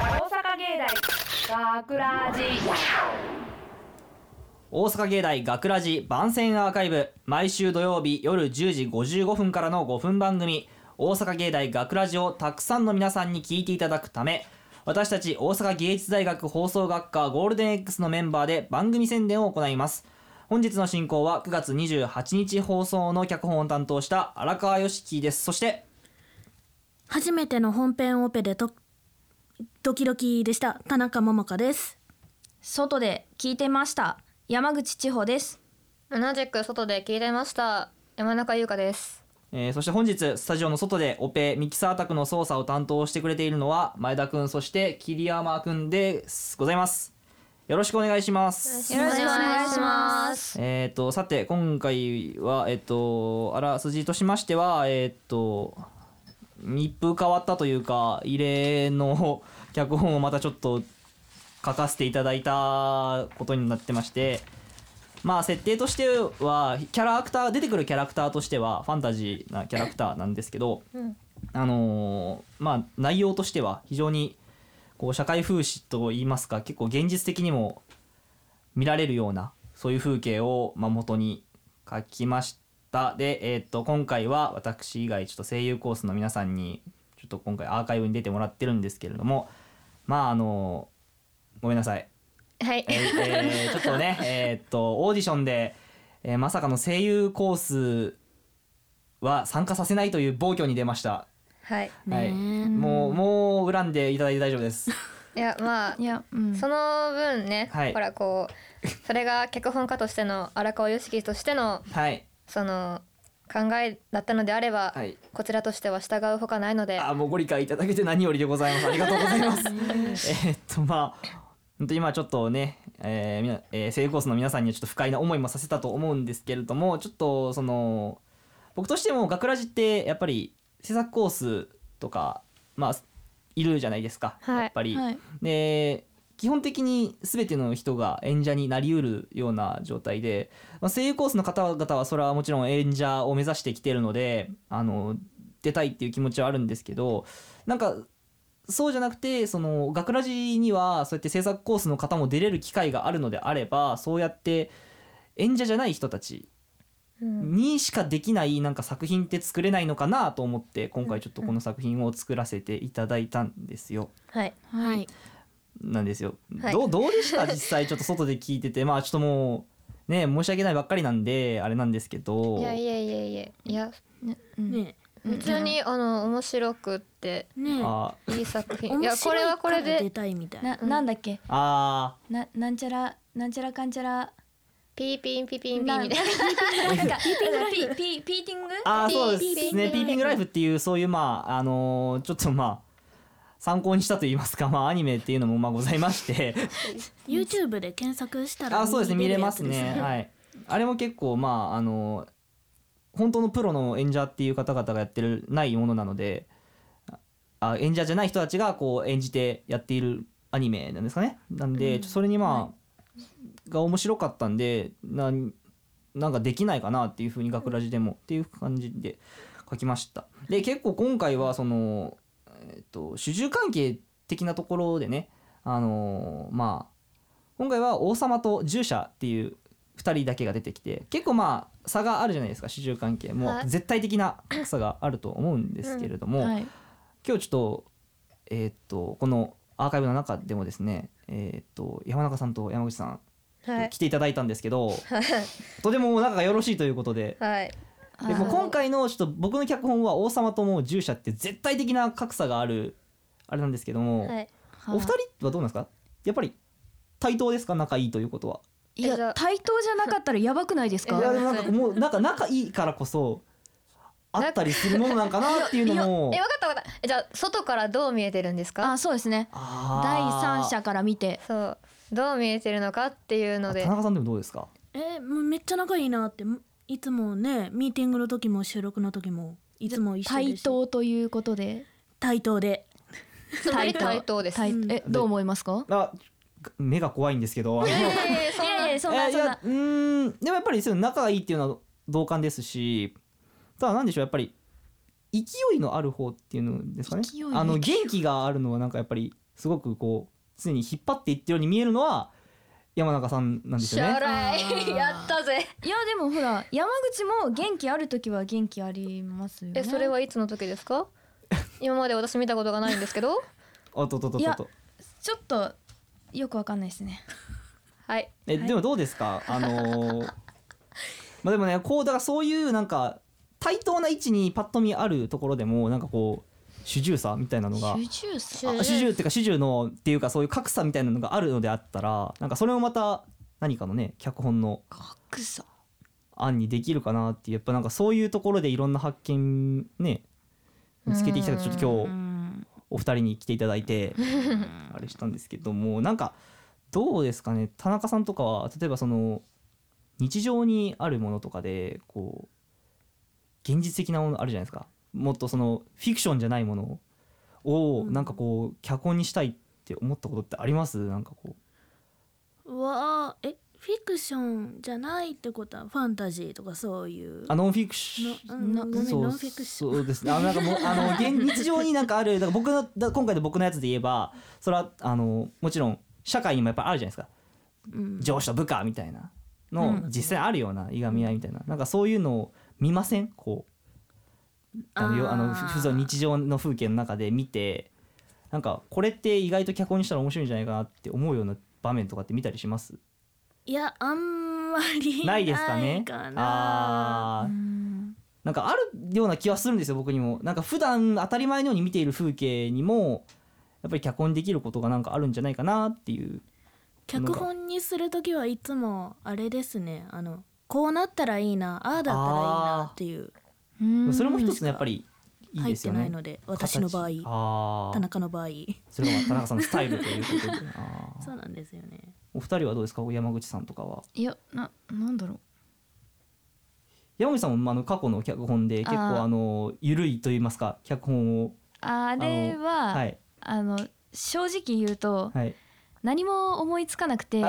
芸大学ラジ大阪芸大学ラジ番宣アーカイブ毎週土曜日夜10時55分からの5分番組大阪芸大学ラジをたくさんの皆さんに聞いていただくため私たち大阪芸術大学放送学科ゴールデン X のメンバーで番組宣伝を行います本日の進行は9月28日放送の脚本を担当した荒川良樹ですそして初めての本編オペでとドキドキでした田中桃香です外で聞いてました山口千穂です同じく外で聞いてました山中優香ですえーそして本日スタジオの外でオペミキサー宅の操作を担当してくれているのは前田くんそして桐山くんですございますよろしくお願いしますよろしくお願いしますえっ、とさて今回はえっ、とあらすじとしましてはえっ、と密封変わったというか異例の 脚本をまたちょっと書かせていただいたことになってましてまあ設定としてはキャラクター出てくるキャラクターとしてはファンタジーなキャラクターなんですけど、あのーまあ内容としては非常にこう社会風刺といいますか結構現実的にも見られるようなそういう風景をまあ元に書きましたで、えー、と今回は私以外ちょっと声優コースの皆さんにちょっと今回アーカイブに出てもらってるんですけれどもまああのごめんなさいはいえーえーちょっとねえーっとオーディションで、えーまさかの声優コースは参加させないという暴挙に出ました、はいはい、ねえもうもう恨んでいただいて大丈夫ですいやまあいや、うん、その分ね、はいほらこうそれが脚本家としての荒川良樹としてのはいその考えだったのであれば、はいこちらとしては従うほかないのであもうご理解いただけて何よりでございますありがとうございます えーっとまあ本当に今ちょっとね、えーみなえー声優コースの皆さんにはちょっと不快な思いもさせたと思うんですけれどもちょっとその僕としても学ラジってやっぱり制作コースとかまあいるじゃないですか、はいやっぱり、はいで基本的に全ての人が演者になりうるような状態で、まあ、声優コースの方々はそれはもちろん演者を目指してきてるのであの出たいっていう気持ちはあるんですけどなんかそうじゃなくてその学ラジにはそうやって制作コースの方も出れる機会があるのであればそうやって演者じゃない人たちうんにしかできないなんか作品って作れないのかなと思って今回ちょっとこの作品を作らせていただいたんですよ。はいはいなんですよ。はいどうどうでした 実際ちょっと外で聞いててまあちょっともうね申し訳ないばっかりなんであれなんですけどいやいやいやいやいやうんね普通にあの面白くってえねあいい作え品いやこれはこれ面白いから出でたいみたいなななんだっけあななんちゃらなんちゃらかんちゃらピーピンピピンピなンんみたいななんかピーピーピーティングーあーそうピーですピーねピーピーピングライフっていうそういうまああのーちょっとまあ参考にしたと言いますかまあアニメっていうのもまあございまして YouTube で検索したらあーそうですね見れまするやねつですはいあれも結構まああのー本当のプロの演者っていう方々がやってるないものなのであ演者じゃない人たちがこう演じてやっているアニメなんですかねなんで、うんそれにまあ、が面白かったんでなんなんかできないかなっていうふうに学ラジでもっていう感じで書きましたで結構今回はその、えっと主従関係的なところでねあのーまあ今回は王様と従者っていう2人だけが出てきて結構まあ差があるじゃないですか主従関係もはうい絶対的な差があると思うんですけれども、はい今日ちょっとえーっとこのアーカイブの中でもですねえーっと山中さんと山口さんはい来ていただいたんですけど、とても仲がよろしいということではいであーもう今回のちょっと僕の脚本は王様ともう従者って絶対的な格差があるあれなんですけども、はいお二人はどうなんですかやっぱり対等ですか仲いいということは。いえじゃやあ対等じゃなかったらやばくないですいかやでもなんそかうもうなんか仲いいからこそあったりするものなんかなっていうのもえ分かった分かったえじゃあ外からどう見えてるんですかあそうですね第三者から見てそうどう見えてるのかっていうのでで田中さんでもどうですかえーもうめっちゃ仲いいなっていつもねミーティングの時も収録の時もいつも一緒対で等ということで対等で対等対等です対うんえどう思いますかあ目が怖いんですけどあのえーそんないやそえーいやうーんでもやっぱりそういう仲がいいっていうのは同感ですしただなんでしょうやっぱり勢いのある方っていうのですかね勢いあの元気があるのはなんかやっぱりすごくこう常に引っ張っていってるように見えるのは山中さんなんです将よね。来やったぜいやでもほら山口も元気ある時は元気ありますよねえそれはいつの時ですか今まで私見たことがないんです けどおっとっとっとっとっいやと。ちょっとよくわかんないですねはいえ、でもどうですかあのーまあでもねこうだからそういうなんか対等な位置にパッと見あるところでもなんかこう主従差みたいなのが中さあ主従っていうか主従のっていうかそういう格差みたいなのがあるのであったらなんかそれもまた何かのね脚本の格差案にできるかなっていうやっぱなんかそういうところでいろんな発見ね見つけていきたくてちょっと今う日んお二人に来ていただいてあれしたんですけどもなんかどうですかね田中さんとかは例えばその日常にあるものとかでこう現実的なものあるじゃないですかもっとそのフィクションじゃないものをなんかこう脚本にしたいって思ったことってありますなんかこわあえフィクションじゃないってことはファンタジーとかそういううあノンフィクションのうんなごめんそうノンフィクションそうですねあなんかもうあの現日常になんかあるだから僕のだ今回の僕のやつで言えばそれはあのもちろん社会にもやっぱあるじゃないですかうん上司と部下みたいなうのん実際あるようないがみ合いみたいななんかそういうのを見ませんこうあのよあーあのふ普通の日常の風景の中で見てなんかこれって意外と脚本にしたら面白いんじゃないかなって思うような場面とかって見たりしますいやあんまりないですかねないかなあうーんなんかあるような気はするんですよ僕にもなんか普段当たり前のように見ている風景にもやっぱり脚本にできることがなんかあるんじゃないかなっていう脚本にする時はいつもあれですねあのこうなったらいいなああだったらいいなっていううんそれも一つのやっぱりいい入でっすてよなねいので私の場形合あー田中の場合それが田中さんのスタイルということであーそうなんですよねお二人はどうですか山口さんとかはいやななんだろう山口さんもまああの過去の脚本で結あ構ーあの緩いと言いますか脚本をあれはあ,、はいの正直言うとはい何も思いつかなくて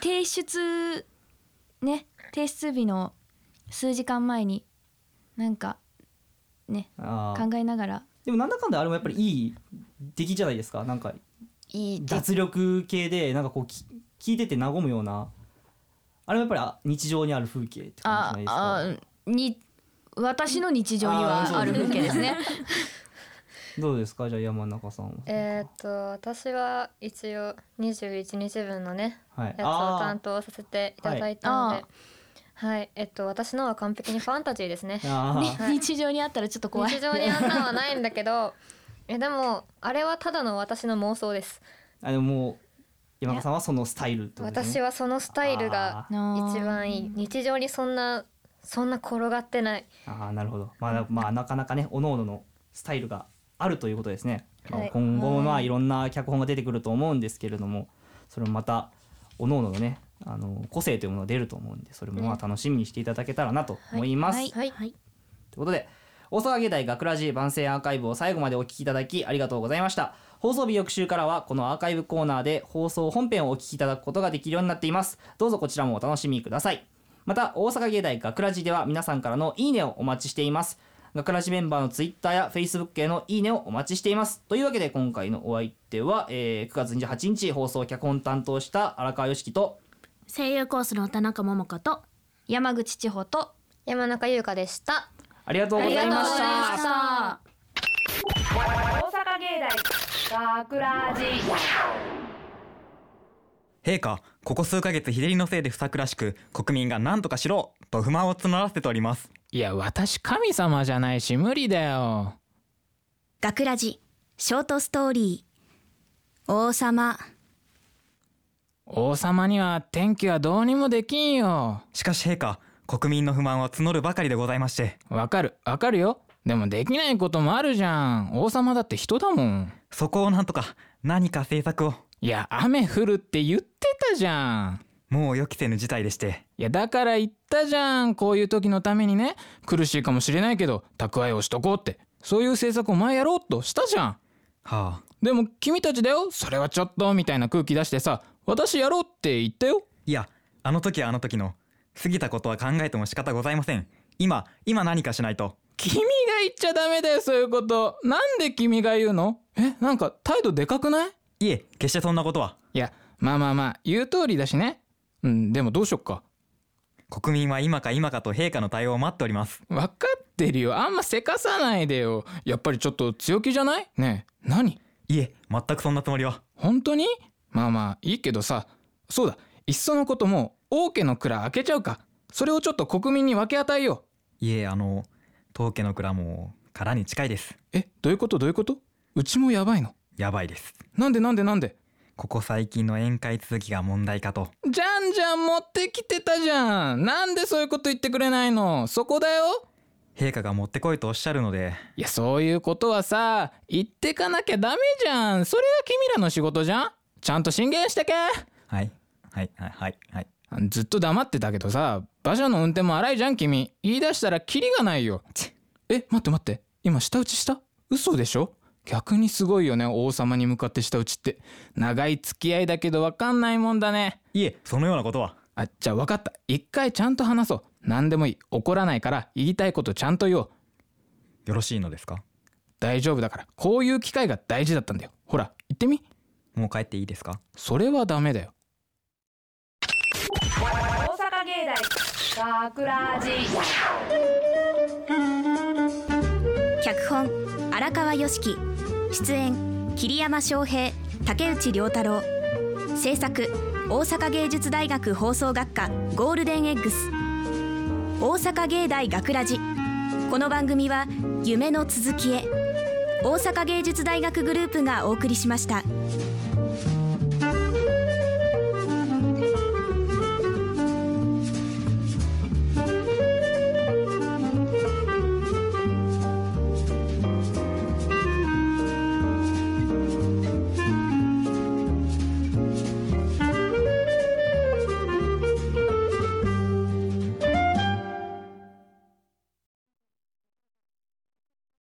提出ね提出日の数時間前になんかねあー考えながらでもなんだかんだあれもやっぱりいい出来じゃないですかなんかいい脱力系でなんかこうき聞いてて和むようなあれはやっぱりあ日常にある風景って感あじじゃないですあに私の日常にはある風景ですね。かどうですかじゃあ山中さんはえーっと私は一応21日分のねはいやつをあ担当させていただいたのはいではいえっと私のは完璧にファンタジーですねーあーはい日常にあったらちょっと怖い日。常にあんなのはないんだ けどえでもあれはただの私の妄想ですあでももう山中さんはそのスタイルってことです私ねはそのスタイルがあ一番いい日常にそんなそんな転がってないああなるほどまあ、まあ、なかなかねおのののスタイルがあるということですね、まあはい今後もまはあいいろんな脚本が出てくると思うんですけれどもそれもまたおのののねあの個性というものが出ると思うんでそれもまあね楽しみにしていただけたらなと思います、はいはいはいということで大阪芸大学ラジ番宣アーカイブを最後までお聞きいただきありがとうございました放送日翌週からはこのアーカイブコーナーで放送本編をお聞きいただくことができるようになっていますどうぞこちらもお楽しみくださいまた大阪芸大学ラジでは皆さんからのいいねをお待ちしています学ラジメンバーのツイッターやフェイスブックへのいいねをお待ちしていますというわけで今回のお相手は、えー9月28日放送脚本担当した荒川良樹と声優コースの田中桃香と山口千穂と。山中優香でしたありがとうございまありがとうごしざいまたした大阪芸大学ラジ陛下ここ数ヶ月日照りのせいで不作らしく国民が何とかしろと不満を募らせておりますいや私神様じゃないし無理だよ学ラジショートストーリー王様王様には天気はどうにもできんよしかし陛下国民の不満は募るばかりでございましてわかるわかるよでもできないこともあるじゃん王様だって人だもんそこをなんとか何か政策をいや雨降るって言ってたじゃんもう予期せぬ事態でしていやだから言ったじゃんこういう時のためにね苦しいかもしれないけど蓄えをしとこうってそういう政策を前やろうとしたじゃんはあでも君たちだよそれはちょっとみたいな空気出してさ私やろうって言ったよいやあの時はあの時の過ぎたことは考えても仕方ございません今今何かしないと君が言っちゃダメだよそういうことなんで君が言うのえなんか態度でかくないいえ決してそんなことはいやまあまあまあ言う通りだしねうんでもどうしよっか国民は今か今かと陛下の対応を待っております分かってるよあんませかさないでよやっぱりちょっと強気じゃないねえ何いえ全くそんなつもりは本当にまあまあいいけどさそうだいっそのこともう王家の蔵開けちゃうかそれをちょっと国民に分け与えよいえあの当家の蔵も殻に近いですうえどういうことどういうことうちもやばいのやばいですなんでなんでなんでここ最近の宴会続きが問題かとじゃんじゃん持ってきてたじゃんなんでそういうこと言ってくれないのそこだよ陛下が持ってこいとおっしゃるのでいやそういうことはさ言ってかなきゃダメじゃんそれは君らの仕事じゃんちゃんと進言してけはいはいはいはいはいずっと黙ってたけどさ馬車の運転も荒いじゃん君言い出したらキリがないよえ待って待って今舌打ちした嘘でしょ逆にすごいよね王様に向かって舌打ちって長い付き合いだけど分かんないもんだねいえそのようなことはあじゃあ分かった一回ちゃんと話そう何でもいい怒らないから言いたいことちゃんと言おうよろしいのですか大丈夫だからこういう機会が大事だったんだよほら言ってみもう帰っていいですかそれはダメだよ大阪芸大学ラジ脚本荒川良樹出演桐山翔平竹内涼太郎制作大阪芸術大学放送学科ゴールデンエッグス大阪芸大学ラジこの番組は夢の続きへ大阪芸術大学グループがお送りしました。